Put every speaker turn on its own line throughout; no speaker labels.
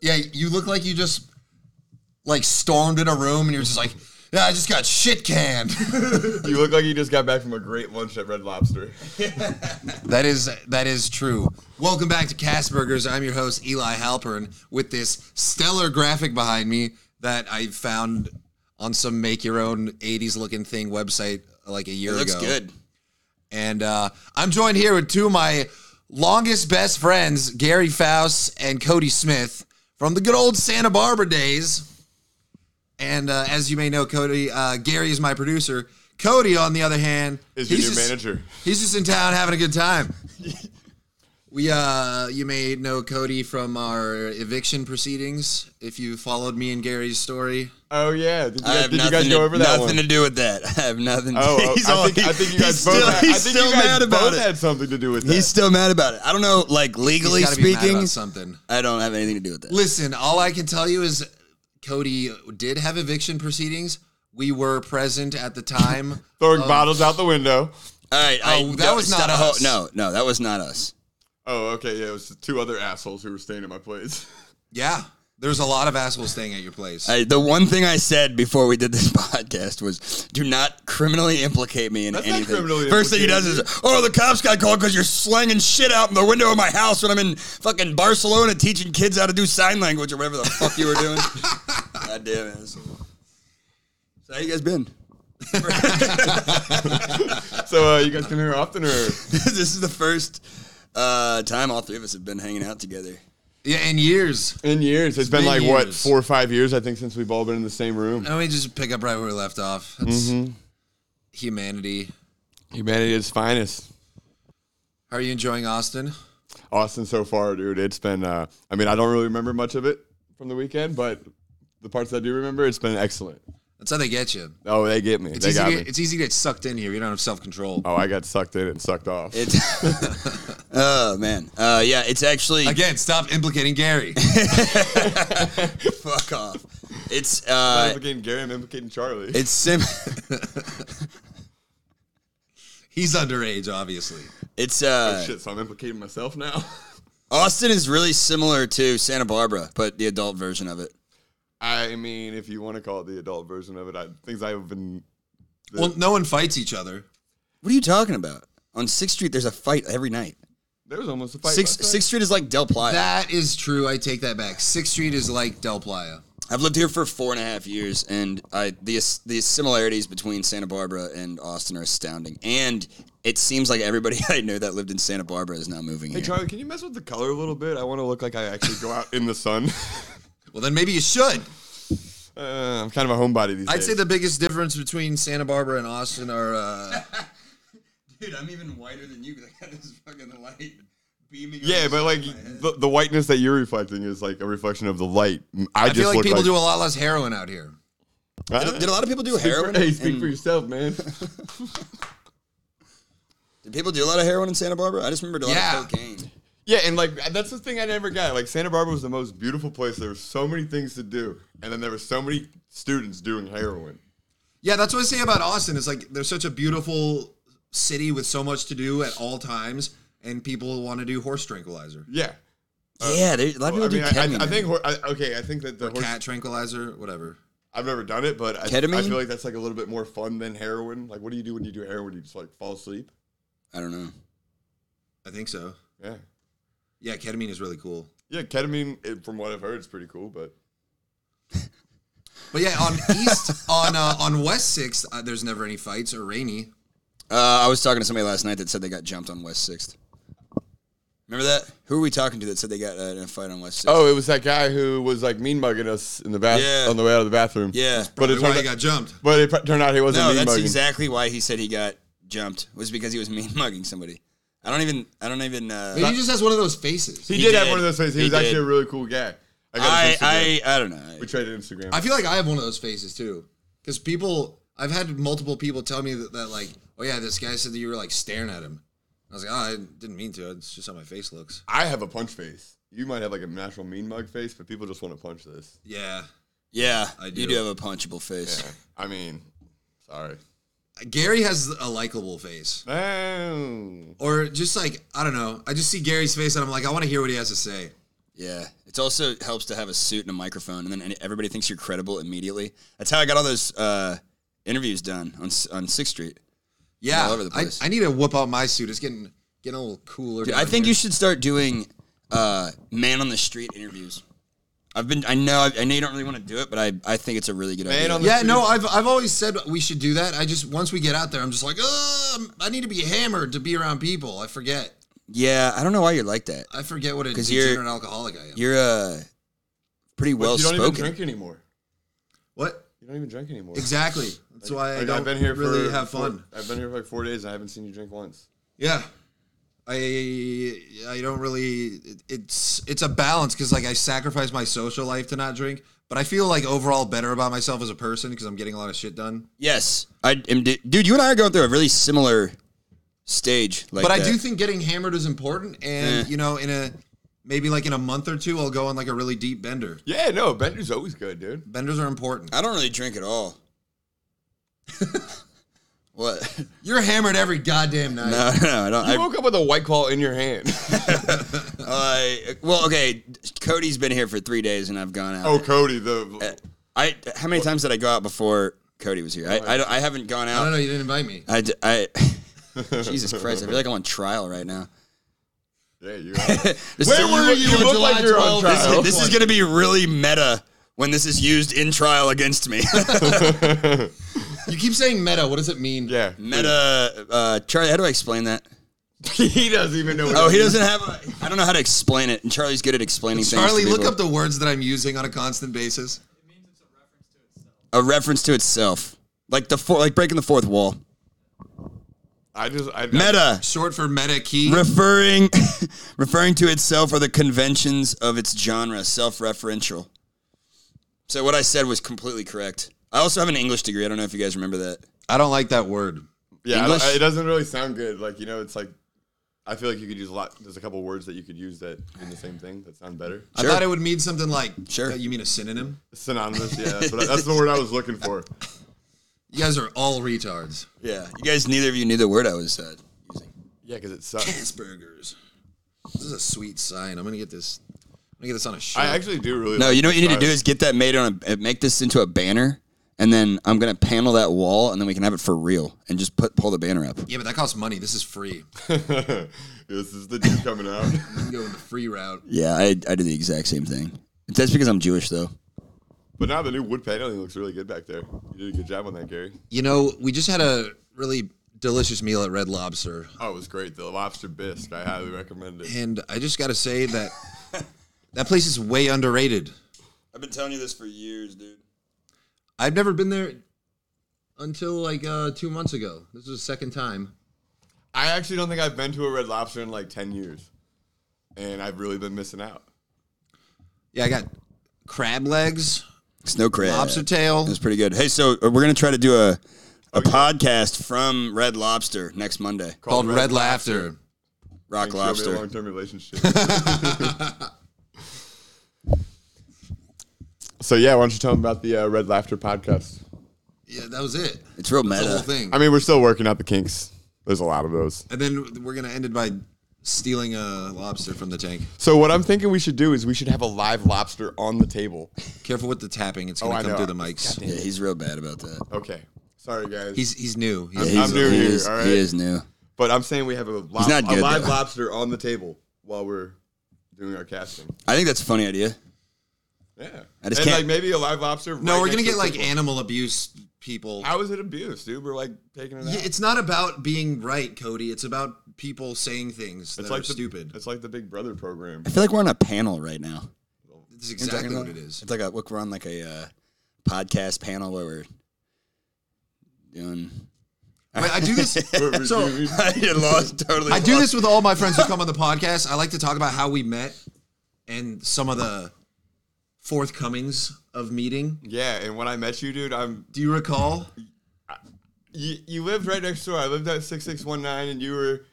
Yeah, you look like you just like stormed in a room and you're just like, yeah, I just got shit canned.
You look like you just got back from a great lunch at Red Lobster.
That is that is true. Welcome back to Castburgers. I'm your host Eli Halpern with this stellar graphic behind me that I found on some make your own 80s looking thing website like a year
It looks
ago.
good.
And uh, I'm joined here with two of my longest best friends, Gary Faust and Cody Smith, from the good old Santa Barbara days. And uh, as you may know, Cody, uh, Gary is my producer. Cody, on the other hand,
Is your
he's
new
just-
manager?
He's just in town having a good time. We, uh, you may know Cody from our eviction proceedings. If you followed me and Gary's story,
Oh yeah. Did you,
I
guys-
have
did you
nothing,
guys go
to,
over that
nothing
one?
to do with that. I have nothing.
Oh, oh,
he's
I,
all-
think, I think you guys
he's
both.
still,
had, I
he's
think
still
you guys
mad about
both
it.
had something to do with
He's still mad about it. I don't know, like legally
he's gotta be mad
speaking,
about something.
I don't have anything to do with that.
Listen, all I can tell you is Cody did have eviction proceedings. We were present at the time.
that. Throwing bottles out the window.
All right, I-
Oh, that
don't-
was
stop
not
a ho-
us.
No, no, that was not us.
Oh, okay. Yeah, it was two other assholes who were staying at my place.
yeah, there's a lot of assholes staying at your place.
I, the one thing I said before we did this podcast was, "Do not criminally implicate me in
That's not
anything."
criminally
First thing he does
implicating
is, "Oh, the cops got called because you're slanging shit out in the window of my house when I'm in fucking Barcelona teaching kids how to do sign language or whatever the fuck you were doing." God damn it! So how you guys been?
So uh, you guys come here often, or
this is the first uh, time all three of us have been hanging out together.
yeah, in years.
in years? it's been
been
like what
years.
four or five years, I think, since we've all been in the same room.
Let me just pick up right where we left off. That's
Mm-hmm.
humanity.
Humanity at its finest.
How are you enjoying Austin?
Austin so far, dude. It's been. Uh, I mean, I don't really remember much of it from the weekend, but the parts I do remember, it's been excellent.
That's how they get you.
Oh, they get me.
It's
they
easy.
got
To
me.
get, it's easy to get sucked in here. You don't have self control.
oh, I got sucked in and sucked off.
It's oh man, uh, yeah, it's actually
Again, stop implicating Gary.
fuck off. It's
I'm
uh,
implicating Gary. I'm implicating Charlie.
it's sim.
He's underage, obviously.
It's uh,
Oh, Shit, so I'm implicating myself now.
Austin is really similar to Santa Barbara, but the adult version of it.
I mean, if you want to call it the adult version of it, I, things I've been.
Well, no one fights each other.
What are you talking about? On Sixth Street, there's a fight every night.
There was almost a fight. last
Sixth
night.
Sixth Street is like Del Playa.
That is true. I take that back. Sixth Street is like Del Playa.
I've lived here for four and a half years, and I the the similarities between Santa Barbara and Austin are astounding. And it seems like everybody I know that lived in Santa Barbara is now moving
Hey,
here.
Charlie, can you mess with the color a little bit? I want to look like I actually go out in the sun.
Well, then maybe you should.
Uh, I'm kind of a homebody these
I'd
days.
say the biggest difference between Santa Barbara and Austin are uh,
Dude, I'm even whiter than you because I got this fucking light beaming.
Yeah, but like the, the whiteness that you're reflecting is like a reflection of the light. I,
I
just
feel like
look
people
like,
do a lot less heroin out here.
Huh?
did a lot of people do
Speak for-
heroin?
Hey, speak
in-
for yourself, man.
Did people do a lot of heroin in Santa Barbara? I just remembered a lot
Yeah.
of cocaine.
yeah, and like that's the thing I never got. Like Santa Barbara was the most beautiful place. There were so many things to do, and then there were so many students doing heroin.
Yeah, that's what I say about Austin. It's like there's such a beautiful city with so much to do at all times, and people want to do horse tranquilizer,
Yeah,
yeah, there, a lot of
Well, I
people
mean, I,
do
I,
ketamine.
I think. hor- I, okay, I think that the horse,
cat tranquilizer, whatever.
I've never done it, but I, I
Ketamine?
feel like that's like a little bit more fun than heroin. Like, what do you do when you do heroin? You just like fall asleep.
I don't know.
I think so.
Yeah,
Yeah, ketamine is really cool.
yeah. Ketamine, it, from what I've heard, is pretty cool, but.
But yeah, on East on uh, on West Sixth, uh, there's never any fights or rainy.
Uh, I was talking to somebody last night that said they got jumped on West Sixth. Remember that? Who were we talking to that said they got uh, in a fight on West Sixth?
Oh, it was that guy who was like mean mugging us in the bath
Yeah.
on the way out of the bathroom.
Yeah.
but it
That's why
turned
he
out,
got jumped.
but it pr- turned out he wasn't
no,
mean
that's
mugging.
exactly why he said he got jumped. Was because he was mean mugging somebody. I don't even. I don't even. Uh,
Maybe he just has one of those faces.
he,
He
did, have
did.
one of those faces. He,
He
was actually
did.
a really cool guy. I got his Instagram.
I, I I don't know.
we traded Instagram.
I feel like I have one of those faces too, because people. I've had multiple people tell me that, that like, oh yeah, this guy said that you were like staring at him. I was like, oh, I didn't mean to. It's just how my face looks.
I have a punch face. You might have like a natural mean mug face, but people just want to punch this.
Yeah,
yeah,
I
you
do.
do have a punchable face.
Yeah. I mean, sorry.
Gary has a likable face,
Oh.
or just like I don't know. I just see Gary's face and I'm like, I want to hear what he has to say.
Yeah, it also helps to have a suit and a microphone, and then any- everybody thinks you're credible immediately. That's how I got all those uh, interviews done on S- on Sixth Street.
Yeah,
All over the
I,
place.
I need to whip out my suit. It's getting getting a little cooler.
Dude, I think you should start doing uh, man on the street interviews. I've been, I know, I, know you don't really want to do it, but I, I think it's a really good
Man
idea.
on the-
Yeah, no, I've I've always said we should do that. I just once we get out there, I'm just like, oh, I need to be hammered to be around people. I forget.
yeah, I don't know why you're like that.
I forget what a
'Cause you're-
degenerate alcoholic I am.
You're uh, pretty
But
well
you don't even
spoken.
drink anymore.
What
You don't even drink anymore.
exactly? That's why I
Like,
don't
I've been here
really
for
have
four-
fun.
I've been here for like four days. and I haven't seen you drink once.
Yeah. I I don't really it- it's it's a balance cuz like I sacrifice my social life to not drink, but I feel like overall better about myself as a person cuz I'm getting a lot of shit done.
Yes, I am, di- dude. You and I are going through a really similar stage. Like
but I
that.
do think getting hammered is important and
Eh.
you know in a maybe like in a month or two I'll go on like a really deep bender.
Yeah, no, Bender's always good, dude.
Benders are important.
I don't really drink at all. what?
You're hammered every goddamn night.
No, no, I don't.
You
I,
woke up with a white claw in your hand.
I- well, okay. Cody's been here for three days, and I've gone out.
oh, Cody, the
I how many times did I go out before Cody was here? I I, don't- I haven't gone
I don't
out.
know you didn't invite me.
I, d- I- Jesus Christ! I feel like I'm on trial right now.
yeah, you. Are.
This
Where
is,
were
look-
you
you
on
look like
July
you're on
12th?
trial.
this, this is going to be really meta when this is used in trial against me.
You keep saying meta. What does it mean?
Yeah,
meta, uh, Charlie. How do I explain that?
he doesn't even know. What
Oh, he doesn't have. A, I don't know how to explain it. And Charlie's good at explaining things.
Charlie,
to
look
people.
up the words that I'm using on a constant basis.
a reference to itself, like the four, like breaking the fourth wall.
I just I,
Meta.
Short for meta key.
referring referring to itself or the conventions of its genre, self-referential. So what I said was completely correct. I also have an English degree. I don't know if you guys remember that.
I don't like that word.
Yeah, I don't-
English?
it doesn't really sound good. Like you know, it's like I feel like you could use a lot. There's a couple words that you could use that in the same thing that sound better.
I
Sure.
thought it would mean something like.
Sure.
You mean a synonym?
Synonymous. Yeah, that's, what I- that's the word I was looking for.
You guys are all retards.
Yeah, you guys. Neither of you knew the word I was uh, using.
Yeah, because it sucks.
Asperger's. This is a sweet sign. I'm gonna get this. I'm gonna get this on a shirt.
I actually do really.
No,
like
you know what you need to do
surprise.
is get that made on a uh, make this into a banner, and then I'm gonna panel that wall, and then we can have it for real, and just put pull the banner up.
yeah, but that costs money. This is free.
this is the dude coming out.
You can go in the free route.
Yeah, I I do the exact same thing. That's because I'm Jewish, though.
But now the new wood paneling looks really good back there. You did a good job on that, Gary.
You know, we just had a really delicious meal at Red Lobster,
Oh, it was great. The lobster bisque. I highly recommend it.
and I just gotta say that that place is way underrated.
I've been telling you this for years, dude.
I've never been there until like uh, two months ago. This is the second time.
I actually don't think I've been to a Red Lobster in like ten years, and I've really been missing out.
Yeah, I got crab legs,
Snow crab.
lobster tail.
It was pretty good. Hey, so uh, we're gonna try to do a a podcast from Red Lobster next Monday.
called Red Laughter.
Rock Lobster.
Long term relationship. so yeah, why don't you tell them about the uh, Red Laughter podcast?
Yeah, that was it.
It's real
The whole
meta.
thing.
I mean, we're still working out the kinks. There's a lot of those.
And then we're gonna end it by stealing a lobster from the tank.
So what I'm thinking we should do is we should have a live lobster on the table.
Careful with the tapping; it's
Oh,
gonna
I
come
know.
through the mics.
Yeah, he's real bad about that.
Okay, sorry guys.
He's he's new. He's,
Yeah,
I'm
he's-
new
he
here,
Is,
all right?
He is new.
but I'm saying we have a, lob-
not
a
good,
live
though.
lobster on the table while we're doing our casting.
I think that's a funny idea.
Yeah,
I just
and
can't-
like maybe a live lobster.
no,
right
we're gonna
next to
get
a
like
football.
animal abuse people.
How is it abuse, dude? We're like taking it out.
Yeah, it's not about being right, Cody. It's about people saying things that
It's like
are
the,
stupid.
It's like the Big Brother program.
I feel like we're on a panel right now.
That's
You know I'm talking
exactly what it
about?
is.
It's like a look. We're on like a uh, podcast panel where we're doing.
Wait, I do this. so
I get lost totally.
I do
lost.
this with all my friends who come on the podcast. I like to talk about how we met and some of the forthcomings of meeting.
yeah, and when I met you, dude, I'm
Do you recall?
you, you lived right next door. I lived at six six one nine, and you were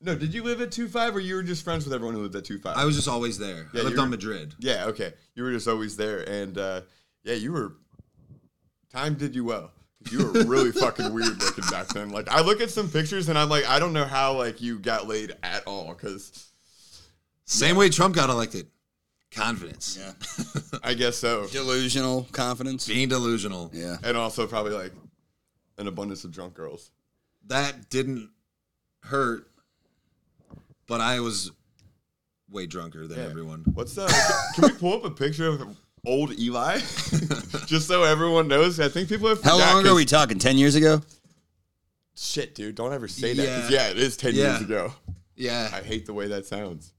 no. Did you live at two five, or you were just friends with everyone who lived at two five?
I was just always there.
Yeah,
I lived
you're-
on Madrid.
Yeah, okay. You were just always there, and uh, yeah, you were. Time did you well. You were really fucking weird looking back then. Like I look at some pictures, and I'm like, I don't know how like you got laid at all, because
Same way Trump got elected. Confidence.
Yeah.
I guess so.
Delusional confidence.
Being delusional.
Yeah.
And also probably like an abundance of drunk girls.
That didn't hurt, but I was way drunker than
Yeah.
everyone.
What's that? Can we pull up a picture of old Eli? Just so everyone knows. I think people have
How
forgot,
long are
'cause-
we talking? Ten years ago?
Shit, dude, don't ever say that. 'cause
Yeah.
Yeah, it is 10
Yeah.
years ago.
Yeah.
I hate the way that sounds.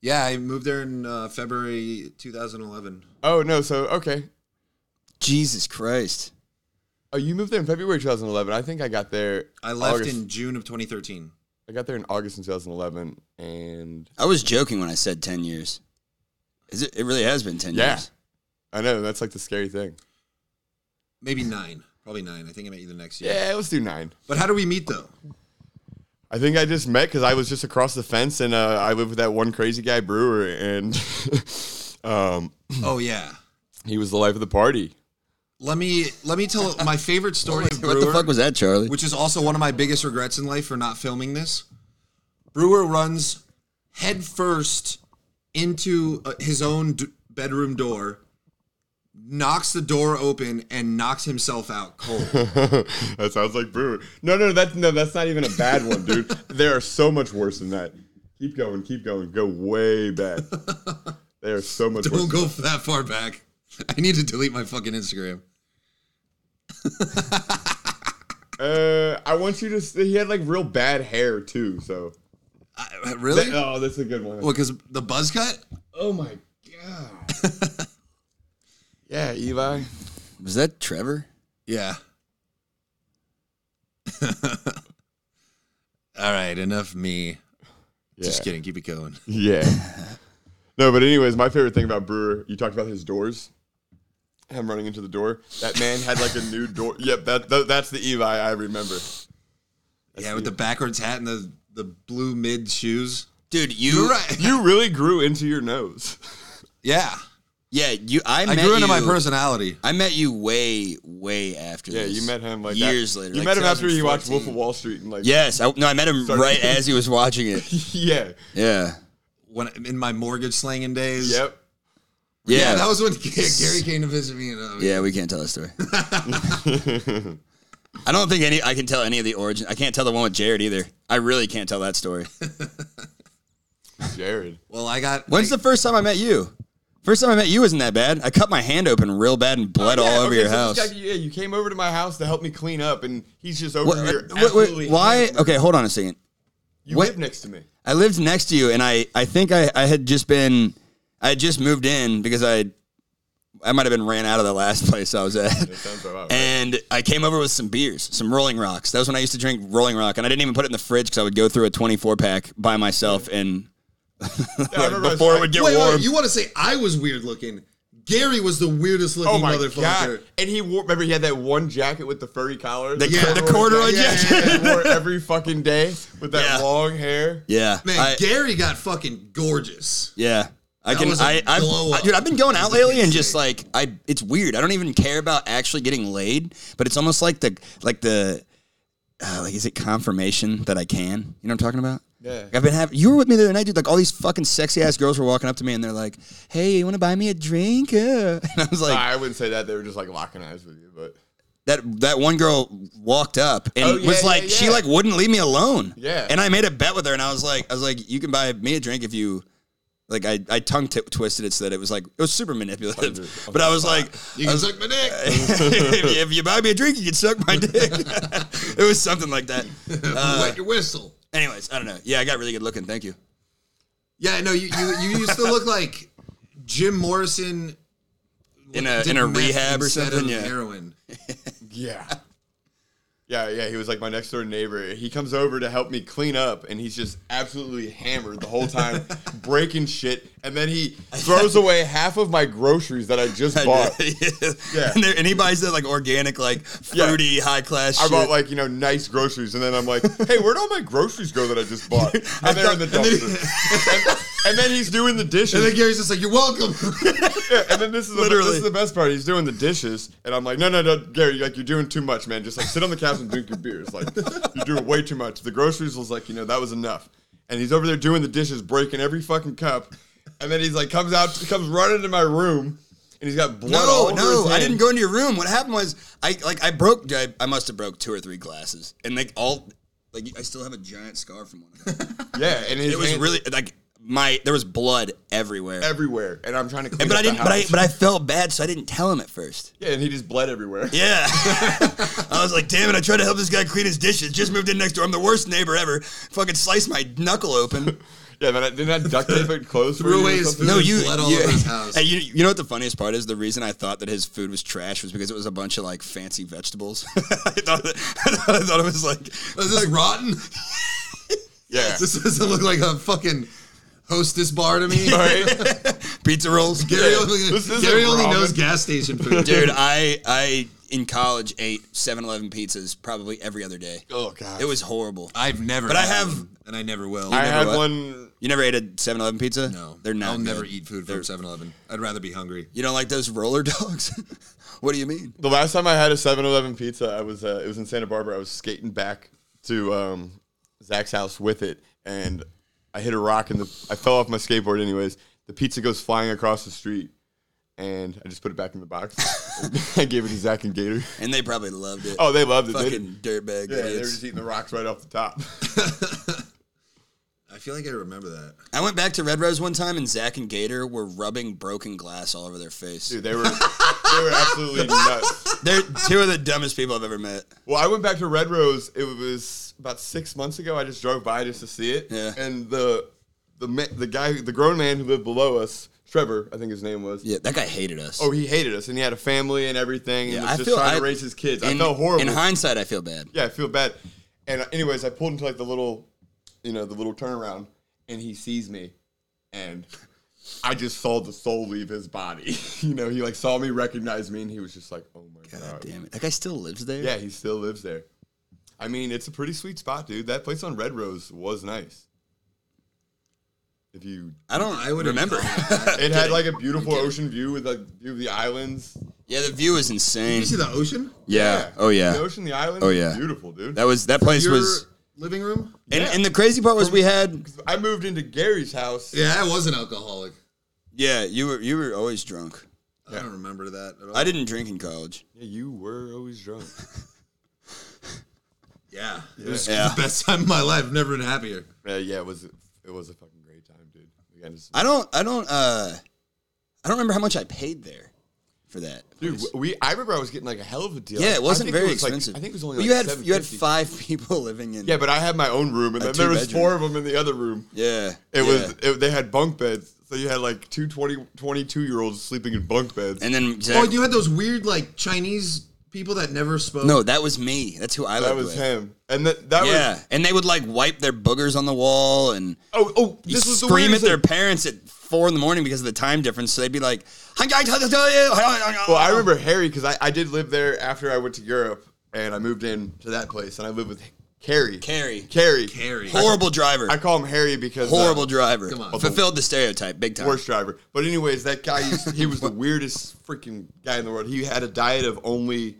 Yeah, I moved there in uh, February 2011.
Oh, no. So, okay.
Jesus Christ.
Oh, you moved there in February 2011. I think I got there.
I left
August.
in June of 2013.
I got there in August in 2011. And
I was joking when I said ten years. Is it? It really has been ten
Yeah.
years.
I know that's like the scary thing.
Maybe nine. Probably nine. I think I met you the next year.
Yeah, let's do nine.
But how do we meet though?
I think I just met because I was just across the fence and uh, I lived with that one crazy guy brewer and um,
oh yeah.
he was the life of the party.
Let me let me tell my favorite story of
What the
Brewer,
fuck was that, Charlie?
which is also one of my biggest regrets in life for not filming this. Brewer runs headfirst into uh, his own d- bedroom door, knocks the door open, and knocks himself out cold.
that sounds like brewer. No, no, that's no, that's not even a bad one, dude. There are so much worse than that. Keep going, keep going, go way back. They are so much worse.
Don't go that far back. I need to delete my fucking Instagram.
Uh, I want you to. s- He had like real bad hair too. So
I, really?
That- oh, that's a good one.
What? Because the buzz cut?
Oh my god. yeah, Eli.
Was that Trevor?
Yeah. All right, enough me.
Yeah.
Just kidding. Keep it going.
Yeah. no, but anyways, my favorite thing about Brewer, you talked about his doors. Him running into the door. That man had like a new door. Yep, that, tha- that's the Eli I remember.
yeah, with the backwards hat and the the blue mid shoes.
Dude,
You're
you
right.
You really grew into your nose.
Yeah,
Yeah, you. I,
I
met
grew into my
you-
personality.
I met you way, way after.
Yeah,
this.
you met him like
years
that.
later.
You
like
met him after you watched Wolf
2014.
of Wall Street and like
Yes, I, no, I met him
Sorry.
right as he was watching it.
yeah,
Yeah,
When in my mortgage slanging days.
yep.
yeah,
Yeah, that was when Gary came to visit me. And, uh,
Yeah, we can't tell that story. I don't think any. I can tell any of the origin. I can't tell the one with Jared either. I really can't tell that story.
Jared.
Well, I got.
When's the first time I met you? First time I met you wasn't that bad. I cut my hand open real bad and bled
Oh, Yeah,
all over
okay,
your
so this
house.
guy- yeah, you came over to my house to help me clean up, and he's just over
What-
here.
what- what-
absolutely
why?
hammered.
Okay, hold on a second.
You
what-
live next to me.
I lived next to you, and I, I think I, I had just been, I had just moved in because I, I might have been ran out of the last place I was at.
That sounds about right.
And I came over with some beers, some Rolling Rocks. That was when I used to drink Rolling Rock, and I didn't even put it in the fridge because I would go through a 24 pack by myself. And
Yeah, I remember I was
before it
like-
would get
wait, wait,
warm,
you want to say I was weird looking? Gary was the weirdest looking
Oh my
motherfucker.
god! And he wore. Remember, he had that one jacket with the furry collar.
The co- the corduroy jacket.
he wore every fucking day with that
Yeah.
long hair.
yeah,
Man,
I-
Gary got fucking gorgeous.
yeah. I
That
can,
was a
I, I've-
blow
I,
up.
dude. I've been going out
That was a
lately, and just
mistake.
like I, it's weird. I don't even care about actually getting laid, but it's almost like the, like the, uh, like is it confirmation that I can? You know what I'm talking about?
Yeah.
Like, I've been having. You were with me the other night, dude. Like all these fucking sexy ass girls were walking up to me, and they're like, "Hey, you want to buy me a drink?" Uh," And I was like,
I wouldn't say that. They were just like locking eyes with you, but
that that one girl walked up and
Oh, yeah,
was like
yeah,
she
yeah.
like wouldn't leave me alone.
Yeah.
And I made a bet with her and I was like I was like you can buy me a drink if you like I, I tongue t- twisted it so that it was like it was super manipulative. but I was like
You can suck my dick.
if, you- if you buy me a drink you can suck my dick. it was something like that. Uh,
Wet your whistle.
Anyways, I don't know. Yeah, I got really good looking. Thank you.
Yeah, no, you, you you used to look like Jim Morrison
In a
did
in a
meth
rehab or
instead
something.
of
Yeah.
heroin.
yeah, yeah, yeah. He was like my next door neighbor. He comes over to help me clean up, and he's just absolutely hammered the whole time, breaking shit, and then he throws away half of my groceries that I just bought.
yeah.
Yeah.
And, there- and he buys that like organic, like fruity, high class.
I
shit.
bought like you know nice groceries, and then I'm like, "Hey, where'd all my groceries go that I just bought?" And they're in the
then-
dumpster. and, and then he's doing the dishes.
And then Gary's just like, "You're welcome."
Yeah, and then this is the,
Literally.
this is the best part. He's doing the dishes, and I'm like, "No, no, no, Gary, like you're doing too much, man. Just like sit on the couch and drink your beers. Like you're doing way too much." The groceries was like, you know, that was enough. and he's over there doing the dishes, breaking every fucking cup, and then he's like comes out, comes running to my room, and he's got blood. all
No,
over
no,
his
I
hand.
didn't go into your room. What happened was I like I broke. I, I must have broke two or three glasses, and like all like I still have a giant scar from one. of them.
Yeah, and his
It was
hand-
really like my there was blood everywhere.
everywhere, and I'm trying to clean.
And- but
up
I didn't.
The
But I
house.
but I felt bad, so I didn't tell him at first.
yeah, and he just bled everywhere.
Yeah, I was like, damn it! I tried to help this guy clean his dishes. Just moved in next door. I'm the worst neighbor ever. Fucking sliced my knuckle open.
Yeah, then I didn't I duct tape it closed. for
Threw
you or
away his
something?
food.
No, you.
blood all
you-
over his house.
Hey, you, you know what the funniest part is? The reason I thought that his food was trash was because it was a bunch of like fancy vegetables. I, thought, I thought- I thought it was like
Is this rotten?
Yeah.
This doesn't look like a fucking hostess bar to me.
All right.
pizza rolls.
Gary
Yeah,
only,
this isn't
Gary only
ramen.
knows gas station food.
Dude, I I in college ate 7-Eleven pizzas probably every other day.
Oh god.
It was horrible.
I've never,
But I
had
have-
one, and I never will.
I had
what?
one.
You never ate a 7-Eleven pizza?
no,
they're not.
I'll never
good.
eat food
They're-
from 7-Eleven. I'd rather be hungry.
You don't like those roller dogs? what do you mean?
The last time I had a 7-Eleven pizza, I was uh, it was in Santa Barbara. I was skating back to um, Zach's house with it, and I hit a rock, and the, I fell off my skateboard. Anyways, the pizza goes flying across the street, and I just put it back in the box. I gave it to Zach and Gator.
And they probably loved it.
Oh, they loved it. They did-
fucking dirtbag
yeah, they were
idiots.
just eating the rocks right off the top.
I feel like I remember that.
I went back to Red Rose one time and Zach and Gator were rubbing broken glass all over their face.
Dude, they were they were absolutely nuts.
They're two of the dumbest people I've ever met.
Well, I went back to Red Rose. It was about six months ago. I just drove by just to see it.
Yeah.
And the the ma- the guy, the grown man who lived below us, Trevor, I think his name was.
Yeah, that guy hated us.
Oh, he hated us, and he had a family and everything, and
Yeah,
was
I
just
feel-
trying
I-
to raise his kids. I
In-
felt horrible.
In hindsight, I feel bad.
yeah, I feel bad. And uh, anyways, I pulled into like the little, you know, the little turnaround, and he sees me, and I just saw the soul leave his body. you know, he like saw me, recognized me, and he was just like, "Oh my god,
Damn it, that guy still lives there.
Yeah, he still lives there. I mean, it's a pretty sweet spot, dude. That place on Red Rose was nice. If you,
I don't. I would remember.
it had like a beautiful ocean view with like view of the islands.
yeah, the view is insane.
You see the ocean?
Yeah. Oh
the
yeah.
ocean, the islands.
Oh,
Oh
yeah.
yeah, beautiful, dude.
That was that place
Your
was.
living room?
And,
Yeah.
and the crazy part was we had.
I moved into Gary's house.
Yeah, I was an alcoholic.
Yeah, you were you were always drunk.
I don't remember that at all.
I didn't drink in college.
Yeah, you were always drunk.
yeah. It was
Yeah.
the best time of my life. Never been happier.
yeah, Uh, yeah, it was it was a fucking great time, dude. We got into some-
I don't. I don't. Uh, I don't remember how much I paid there for that.
dude, we I remember I was getting like a hell of a deal.
Yeah,
I
it wasn't
think
very
was, like-
expensive.
I think it was only.
Well,
Like
you had you had
$7.50.
five people living in.
Yeah, but I had my own room, and
A
then there was
two-bedroom.
four of them in the other room.
Yeah.
It
yeah.
was it, they had bunk beds, so you had like two 20, 22 year olds sleeping in bunk beds.
And then Zach,
Oh, you had those weird like Chinese people that never spoke.
no, that was me. That's who I lived
that was
with.
him, and that that
Yeah,
was
and they would like wipe their boogers on the wall and
oh oh
you
this was the
scream at
weirdest
their
thing.
parents at four in the morning because of the time difference. So they'd be like, "Hang on, tell- tell you."
Well, I remember Harry because I, I did live there after I went to Europe and I moved in to that place and I lived with Carrie.
Carrie.
Carrie.
Carrie.
horrible driver,
I call him Harry because uh,
horrible driver.
Come on.
fulfilled the stereotype big time.
worst driver. But anyways, that guy used, he was the weirdest freaking guy in the world. He had a diet of only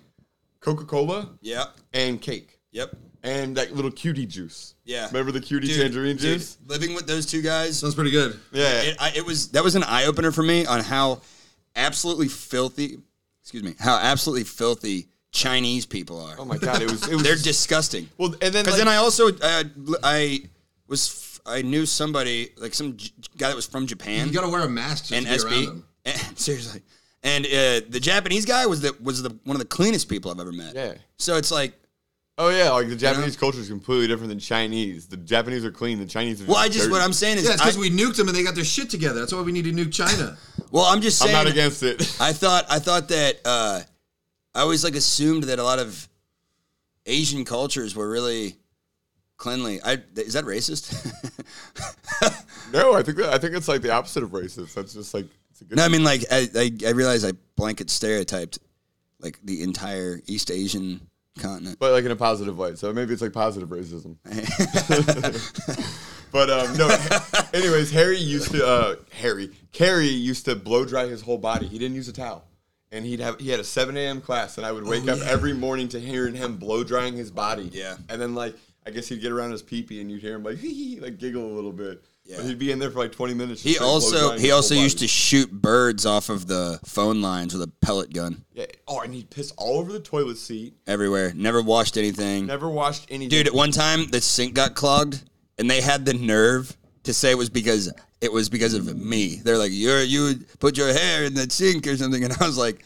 Coca Cola
Yep,
and cake
yep,
and that little cutie juice.
yeah.
Remember the cutie
Dude,
tangerine
dude,
juice?
living with those two guys,
Sounds pretty good.
Yeah.
it, I, it was that was an eye opener for me on how absolutely filthy. Excuse me, how absolutely filthy Chinese people are.
Oh my god, it was it was
They're
just-
disgusting.
well, and then
Because
like,
then I also uh, I was I knew somebody like some J- guy that was from Japan
You gotta wear a mask just
and
to be around
SB
them.
and, seriously and uh, the Japanese guy was the was the one of the cleanest people I've ever met.
Yeah.
So it's like
oh yeah, like the Japanese culture is completely different than Chinese. The Japanese are clean, the Chinese are.
well I just
dirty.
what I'm saying is
Yeah, it's because
I-
we nuked them and they got their shit together. That's why we need to nuke China.
well I'm just
I'm
saying
not against it.
I thought I thought that uh, I always like assumed that a lot of Asian cultures were really cleanly. I is that racist?
no, I think that, I think it's like the opposite of racist. That's just like it's a good.
No, I mean like I, I, I realize I blanket stereotyped like the entire East Asian continent.
but like in a positive light. So maybe it's like positive racism. but um, no. Anyways, Harry used to uh, Harry Carrie used to blow dry his whole body. He didn't use a towel, and he'd have he had a
Oh,
7 a.m. class, and I would wake up every morning to hearing him blow drying his body.
Yeah.
and then like I guess he'd get around his peepee and you'd hear him like like giggle a little bit.
Yeah.
But he'd be in there for like twenty minutes.
He also he also used to shoot birds off of the phone lines with a pellet gun
yeah. Oh, and he'd piss all over the toilet seat.
everywhere. Never washed anything.
Never washed anything.
Dude, at one time the sink got clogged, and they had the nerve to say it was because it was because of me. They're like, "You you put your hair in the sink or something," and I was like,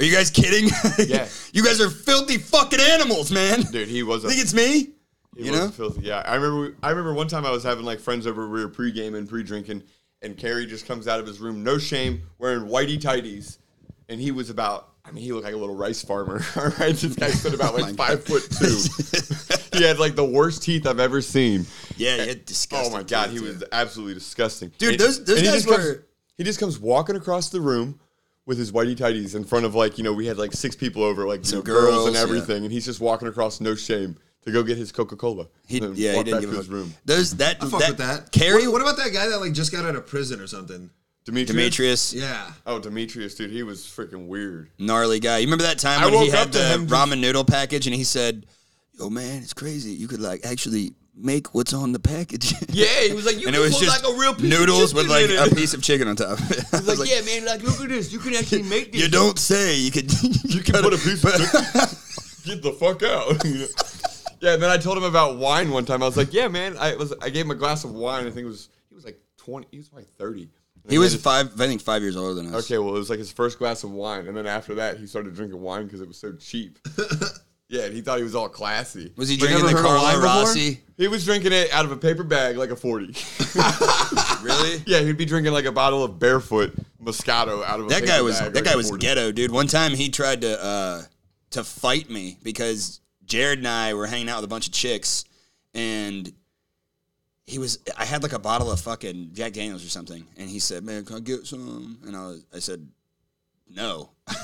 "Are you guys kidding?
Yeah.
you guys are filthy fucking animals, man.
Dude, he was a
Think it's me?
He
you
was
know?
filthy. Yeah, I remember. We, I remember one time I was having like friends over. We were pre-gaming, pre-drinking, and Carrie just comes out of his room, no shame, wearing whitey tighties, and he was about. I mean, he looked like a little rice farmer. All right, this guy stood about
Oh
like five foot two. he had like the worst teeth I've ever seen.
Yeah, yeah, disgusting.
Oh my god, he
too.
was absolutely disgusting,
Dude, those- those
he
guys
just comes-
were-
he just comes walking across the room with his whitey tighties in front of like you know we had like six people over like you know, girls,
girls,
and
yeah.
everything, and he's just walking across, no shame, to go get his Coca Cola.
He, yeah, he didn't give
to
a
his
fuck.
room.
Those that
I fuck
that,
with that.
Carrie
What, what about that guy that like just got out of prison or something?
Demetrius.
Demetrius,
Yeah.
Oh, Demetrius, dude, he was freaking weird.
gnarly guy. You remember that time
I
when he
woke
had
up to
the
him just-
ramen noodle package and he said, "Yo, man, it's crazy. You could like actually make what's on the package."
he was like,
and it was just noodles with like a piece of chicken on top. I was like,
yeah, man, like look at this. You can actually make
you don't say. You could.
You can put a piece of chicken. Get the fuck out. yeah, and then I told him about wine one time. I was like, yeah, man. I was I gave him a glass of wine. I think it was he was like twenty. He was probably thirty. And
He
then
was
his-
five. I think five years older than us.
Okay, well, it was like his first glass of wine, and then after that, he started drinking wine because it was so cheap. yeah, and he thought he was all classy.
Was he
But you
drinking the
never heard of
Carlo
wine before?
Rossi?
He was drinking it out of a paper bag like a 40.
Really?
yeah, he'd be drinking like a bottle of barefoot Moscato out of a
That
paper
guy was
bag like
that guy
a
was
40.
ghetto, dude. One time he tried to uh, to fight me because Jared and I were hanging out with a bunch of chicks, and he was I had like a bottle of fucking Jack Daniels or something, and he said, "Man, can I get some?" And I was I said, "No,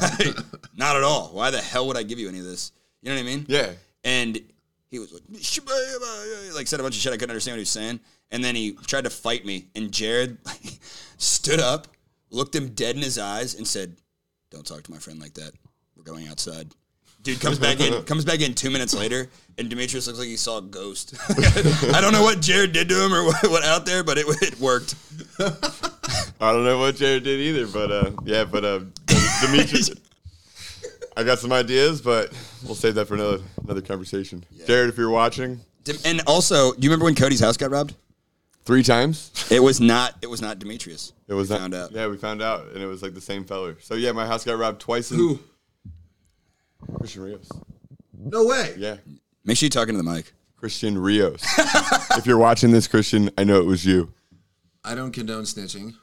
not at all. Why the hell would I give you any of this? You know what I mean?"
Yeah.
and he was like, "Shabba-yabba-yabba," like said a bunch of shit I couldn't understand what he was saying, and then he tried to fight me, and Jared like, stood up, looked him dead in his eyes, and said, "Don't talk to my friend like that. We're going outside." Dude comes back in, comes back in two minutes later, and Demetrius looks like he saw a ghost. I don't know what Jared did to him or what, what out there, but it, it worked.
I don't know what Jared did either, but uh, yeah, but uh, Demetrius. I got some ideas, but we'll save that for another another conversation. Jared, if you're watching,
Dem- And also, do you remember when Cody's house got robbed?
three times.
It was not. It was not Demetrius.
It was
We
not-
found out.
Yeah, we found out, and it was like the same feller. So yeah, my house got robbed twice. In
Who?
Christian Rios.
No way.
Yeah,
Make sure you talk into the mic.
Christian Rios. if you're watching this, Christian, I know it was you.
I don't condone snitching.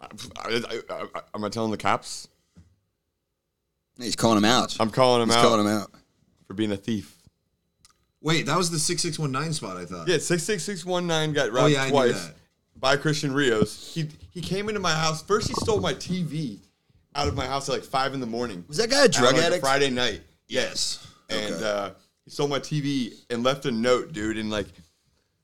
I, I, I, I, am I telling the cops?
He's calling him out.
I'm calling him
He's
out
calling him out.
for being a thief.
Wait, that was the six six one nine spot. I thought.
Yeah, six six six one nine
Oh,
got robbed
yeah, I knew
twice
that.
by Christian Rios. He he came into my house first. He stole my TV out of my house at like five in the morning.
Was that guy a drug
on, like, a
addict?
Friday night.
Yes.
and uh, he stole my TV and left a note, dude. And like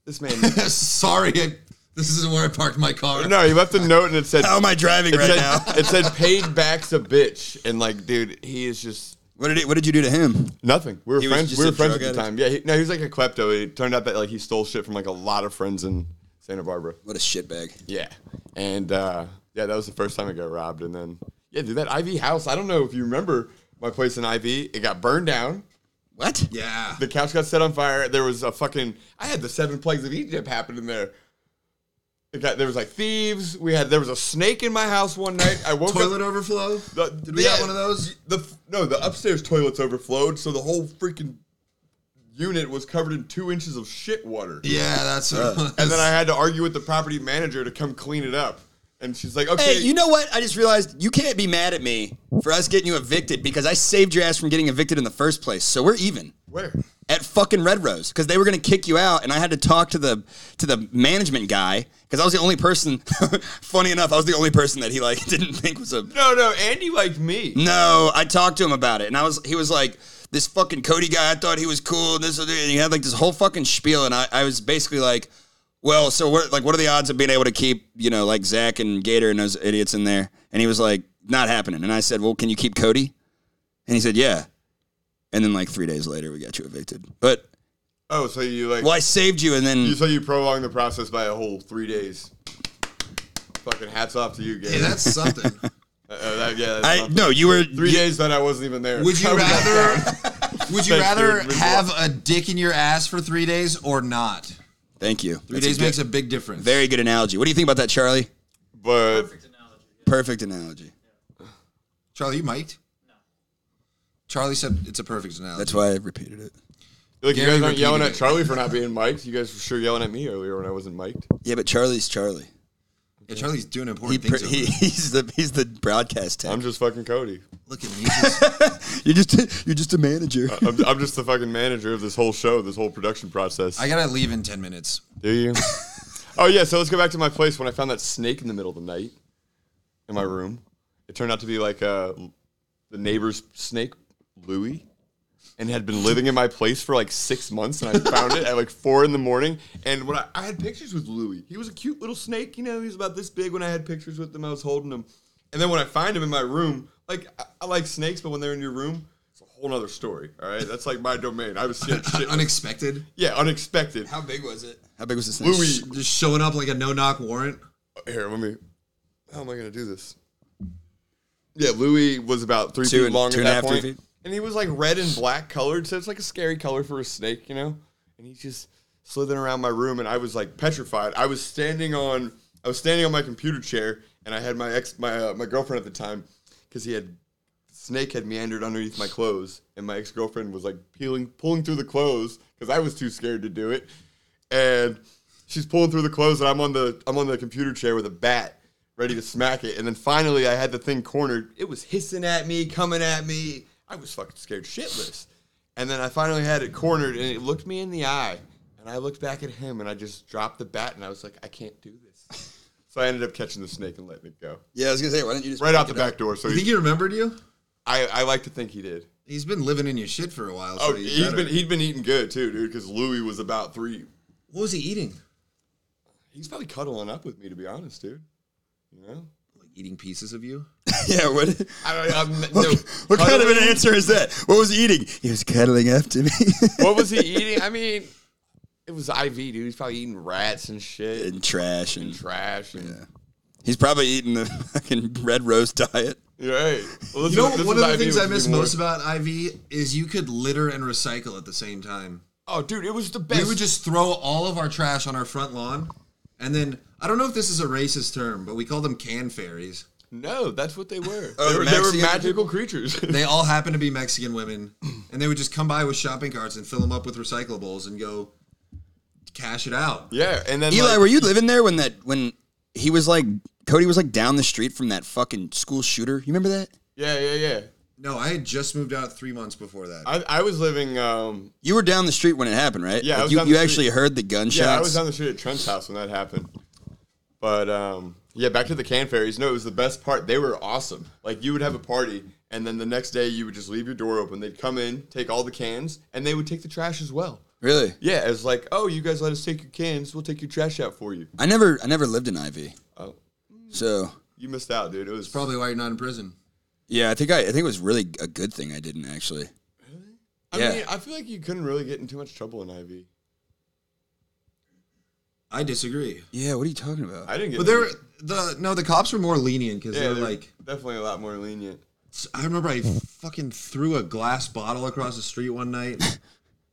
this man,
Sorry, I, this isn't where I parked my car.
no, he left a note and it said,
How am I driving
it
right
said,
now?
it said, paid back's a bitch. And like, dude, he is just
What did it, what did you do to him?
nothing. We were
He was
friends.
just
We
a
were friends at
drug
the
addict?
time. Yeah, he, no, he was like a klepto. It turned out that like he stole shit from like a lot of friends in Santa Barbara.
What a shitbag.
Yeah, and uh, yeah, that was the first time I got robbed. And then yeah, dude, that Ivy house. I don't know if you remember my place in Ivy. It got burned down.
What?
Yeah.
The couch got set on fire. There was a fucking. I had the seven plagues of Egypt happening there. It got, there was like thieves. We had there was a snake in my house one night. I woke
Toilet
up.
overflow.
the-
Did we
yeah,
have one of those?
The f- no, the upstairs toilets overflowed, so the whole freaking unit was covered in two inches of shit water.
Yeah, that's what it was.
And then I had to argue with the property manager to come clean it up. And she's like, "Okay,
Hey, you know what? I just realized you can't be mad at me for us getting you evicted because I saved your ass from getting evicted in the first place. So we're even
where?"
at fucking Red Rose because they were gonna kick you out, and I had to talk to the to the management guy because I was the only person. funny enough, I was the only person that he like didn't think was a
No, no, Andy liked me.
Mm.
No, I talked to him about it, and I was he was like this fucking Cody guy. I thought he was cool. And this and he had like this whole fucking spiel, and I, I was basically like, well, so what? Like, what are the odds of being able to keep you know like Zach and Gator and those idiots in there? And he was like, not happening. And I said, well, can you keep Cody? And he said, yeah. And then like three days later, we got you evicted. But
Oh, so you like
Well, I saved you, and then
you so you prolonged the process by a whole three days. Fucking hats off to you, Gary.
Hey, that's something.
Uh, uh, that- yeah, that's
I
something.
no, you were
Three
you-
days that I wasn't even there.
Would you
I was like,
rather? Would you
Thanks,
rather
dude. Move
have a dick in your ass for three days or not?
Thank you.
Three days makes a big difference.
very good analogy. What do you think about that, Charlie?
But
Perfect analogy.
Charlie, you mic'd? Charlie said it's a perfect analogy.
That's why I repeated it.
look, you
Gary
guys aren't yelling
repeated
at
it.
Charlie for not being mic'd. You guys were sure yelling at me earlier when I wasn't mic'd.
Yeah, but Charlie's Charlie.
Yeah, Charlie's doing
He,
important
pr-
things. over
he
there.
he's the he's the broadcast
I'm
tech.
just fucking Cody.
Look at me. he's just-
You're just you're just a manager.
I'm, I'm just the fucking manager of this whole show, this whole production process.
I gotta leave in ten minutes.
Do you? oh yeah. So let's go back to my place when I found that snake in the middle of the night in my room. It turned out to be like uh, the neighbor's snake, Louie, and had been living in my place for like six months. And I found it at like four in the morning. And when I, I had pictures with Louie, he was a cute little snake. You know, he was about this big when I had pictures with him. I was holding him. And then when I find him in my room, like I, I like snakes, but when they're in your room. it's a Whole nother story, all right. That's like my domain. I was scared shit.
Unexpected.
yeah, unexpected.
How big was it? How big was the snake?
Louis
Just showing up like a no knock warrant.
Here, let me. How am I going to do this? Yeah, Louis was about three
Two
feet
and-
long
two
at
and a
that
half, three
point,
feet.
and he was like red and black colored, so it's like a scary color for a snake, you know. And he's just slithering around my room, and I was like petrified. I was standing on, I was standing on my computer chair, and I had my ex, my uh, my girlfriend at the time, because he had snake had meandered underneath my clothes, and my ex girlfriend was like peeling, pulling through the clothes because I was too scared to do it, and she's pulling through the clothes, and I'm on the I'm on the computer chair with a bat, ready to smack it, and then finally I had the thing cornered. It was hissing at me, coming at me. I was fucking scared shitless, and then I finally had it cornered, and it looked me in the eye, and I looked back at him, and I just dropped the bat, and I was like, I can't do this. So I ended up catching the snake and letting it go
Yeah, I was gonna say, why don't you just
right out the back door. So
You
he-
think he remembered you?
I, I like to think he did.
He's been living in your shit for a while. So
Oh,
he's,
he's
better.
been he'd been eating good too, dude. Because Louis was about three.
What was he eating?
He's probably cuddling up with me, to be honest, dude. You know,
Like eating pieces of you?
yeah, what?
I don't. I'm, no,
What kind of an
cuddling?
answer is that? What was he eating? He was cuddling up to me.
What was he eating? I mean, it was IV, dude. He's probably eating rats and shit and
and trash and
trash. And, yeah.
he's probably eating the fucking red rose diet.
You're right. Well, this
You know,
is- this
one
is
of the
IV,
things
which
I
is
miss
even
most
worse.
about IV is you could litter and recycle at the same time.
Oh, dude, it was the best.
We would just throw all of our trash on our front lawn, and then I don't know if this is a racist term, but we call them can fairies.
no, that's what they were.
Oh,
they were, they were
Mexican
magical creatures.
They all happen to be Mexican women, and they would just come by with shopping carts and fill them up with recyclables and go cash it out.
yeah, and then
Eli,
like,
were you living there when that when he was like Cody was like down the street from that fucking school shooter? You remember that?
yeah, yeah, yeah.
No, I had just moved out three months before that.
I, I was living um,
You were down the street when it happened, right?
Yeah, I
Like,
was
you
down the
you
street.
actually heard the gunshots.
Yeah, I was down the street at Trent's house when that happened. But um, yeah, back to the can fairies. No, it was the best part. They were awesome. Like you would have a party, and then the next day you would just leave your door open. They'd come in, take all the cans, and they would take the trash as well.
really?
Yeah, it was like, oh, you guys let us take your cans. We'll take your trash out for you.
I never I never lived in Ivy,
Oh,
so
you missed out, dude. It was
Probably why you're not in prison.
yeah, I think I, I think it was really a good thing I didn't actually.
I
yeah.
mean, I feel like you couldn't really get in too much trouble in IV.
I disagree.
Yeah, what are you talking about?
I didn't get.
But
in-
there, the no, the cops were more lenient because
yeah,
they were
they're
like,
definitely a lot more lenient.
I remember I fucking threw a glass bottle across the street one night,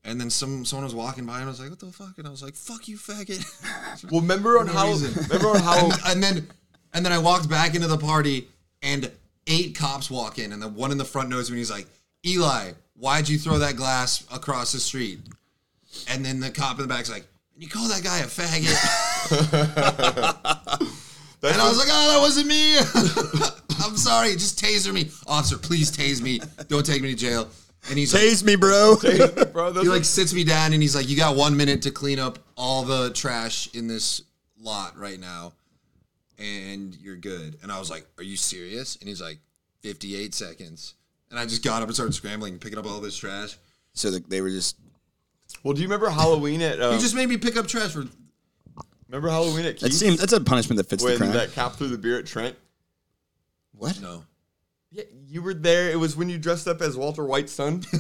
and then some someone was walking by and I was like, "What the fuck?" And I was like, "Fuck you, faggot!"
Well, remember on
no
how?
reason.
Remember on how?
and, and then and then I walked back into the party, and eight cops walk in, and the one in the front knows me, and he's like, "Eli, why'd you throw that glass across the street?" And then the cop in the back's like, "You call that guy a faggot?"
That's
And I
what-
was like, "Oh, that wasn't me. I'm sorry. Just taser me, officer. Please tase me. Don't take me to jail." And he's like,
Tase me, bro.
bro, that's
he
what-
like sits me down and he's like, "You got one minute to clean up all the trash in this lot right now, and you're good." And I was like, "Are you serious?" And he's like, "58 seconds." And I just got up and started scrambling, picking up all this trash.
so the, they were just
well, do you remember Halloween at? Um,
You just made me pick up trash for.
remember Halloween at?
that
Keith's?
seems that's a punishment that fits the
when
crime.
that cop threw the beer at Trent.
what?
No,
Yeah, you were there. It was when you dressed up as Walter White's son.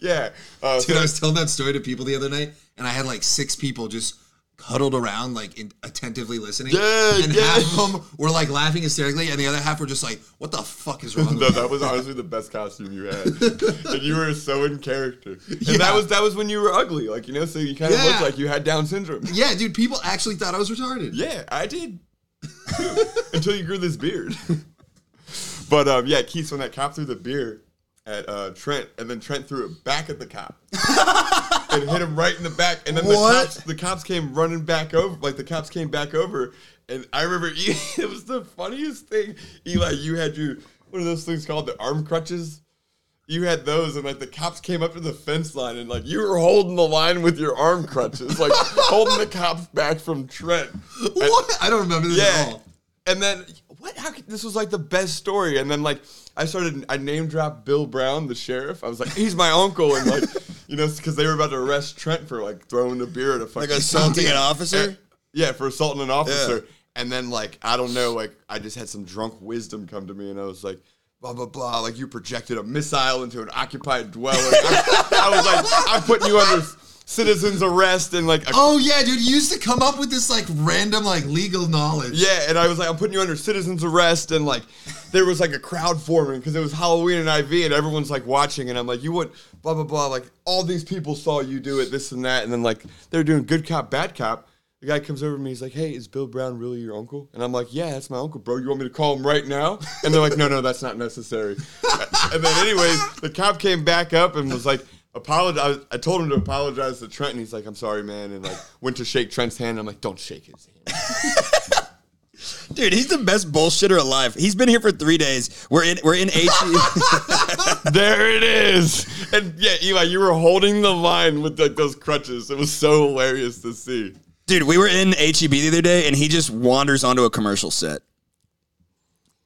Yeah. Uh,
Dude,
so-
I was telling that story to people the other night, and I had like six people just cuddled around, like in, attentively listening.
Yeah,
and
yeah.
half of them were like laughing hysterically, and the other half were just like, "What the fuck is wrong?"
No,
with
that
you?"
was honestly the best costume you had, and you were so in character. And that
Yeah.
was that was when you were ugly, like you know. So you kind of
Yeah.
looked like you had Down syndrome.
Yeah, dude, people actually thought I was retarded.
Yeah, I did. too, Until you grew this beard. but um, yeah, Keith, when that cop threw the beer at uh, Trent, and then Trent threw it back at the cop. and hit him right in the back. And then the
What?
cops, the cops came running back over. Like the cops came back over. And I remember E- it was the funniest thing. Eli, you had your what are those things called? The arm crutches? You had those, and like the cops came up to the fence line, and like you were holding the line with your arm crutches, like holding the cops back from Trent. And-
What? I don't remember this at all.
and then what? How, could- this was like the best story. And then like I started, I name dropped Bill Brown, the sheriff. I was like, he's my uncle, and like you know, because they were about to arrest Trent for like throwing a beer at a fucking
Like assaulting an officer?
yeah, for assaulting an officer. And then like I don't know, like I just had some drunk wisdom come to me, and I was like. Blah blah blah. Like you projected a missile into an occupied dwelling. I, I was like, I'm putting you under citizen's arrest and like a
Oh yeah, dude, you used to come up with this like random like legal knowledge.
Yeah, and I was like, I'm putting you under citizen's arrest, and like, there was like a crowd forming because it was Halloween and IV, and everyone's like watching, and I'm like, you would blah blah blah, like all these people saw you do it, this and that, and then like they're doing good cop bad cop. The guy comes over to me, he's like, hey, is Bill Brown really your uncle? And I'm like, yeah, that's my uncle, bro. You want me to call him right now? And they're like, no, no, that's not necessary. and then anyways, the cop came back up and was like. Apologize. I told him to apologize to Trent, and he's like, "I'm sorry, man." And like, went to shake Trent's hand. And I'm like, "Don't shake his hand."
Dude, he's the best bullshitter alive. He's been here for three days. We're in we're in E HE.
There it is. And yeah, Eli, you were holding the line with like those crutches. It was so hilarious to see.
Dude, we were in HEB the other day, and he just wanders onto a commercial set,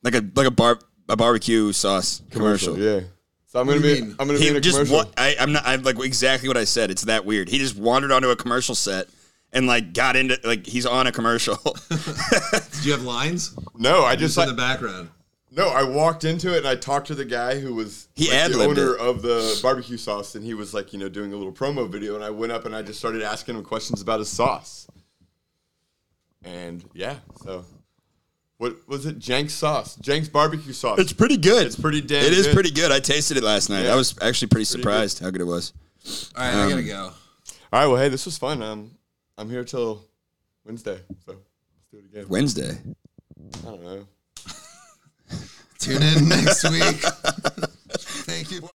like a like a bar a barbecue sauce commercial.
Yeah. So I'm gonna
What do you
be
mean?
I'm gonna be in
He
a
just
commercial.
wa- I, I'm not I'm like exactly what I said. It's that weird. He just wandered onto a commercial set and like got into like he's on a commercial.
Did you have lines?
No, I
Just
just
in
like,
the background.
no, I walked into it and I talked to the guy who was
He
like, the
ad-libbed
owner
it.
of the barbecue sauce and he was like, you know, doing a little promo video and I went up and I just started asking him questions about his sauce. And yeah, so what was it? Jenks sauce. Jenks barbecue sauce.
it's pretty good.
It's pretty damn
It is
good.
pretty good. I tasted it last night.
Yeah.
I was actually pretty surprised how good it was.
All right, I gotta go.
All right. Well, hey, this was fun. Um, I'm here till Wednesday, so let's do it again.
Wednesday.
I don't know.
Tune in next week. Thank you.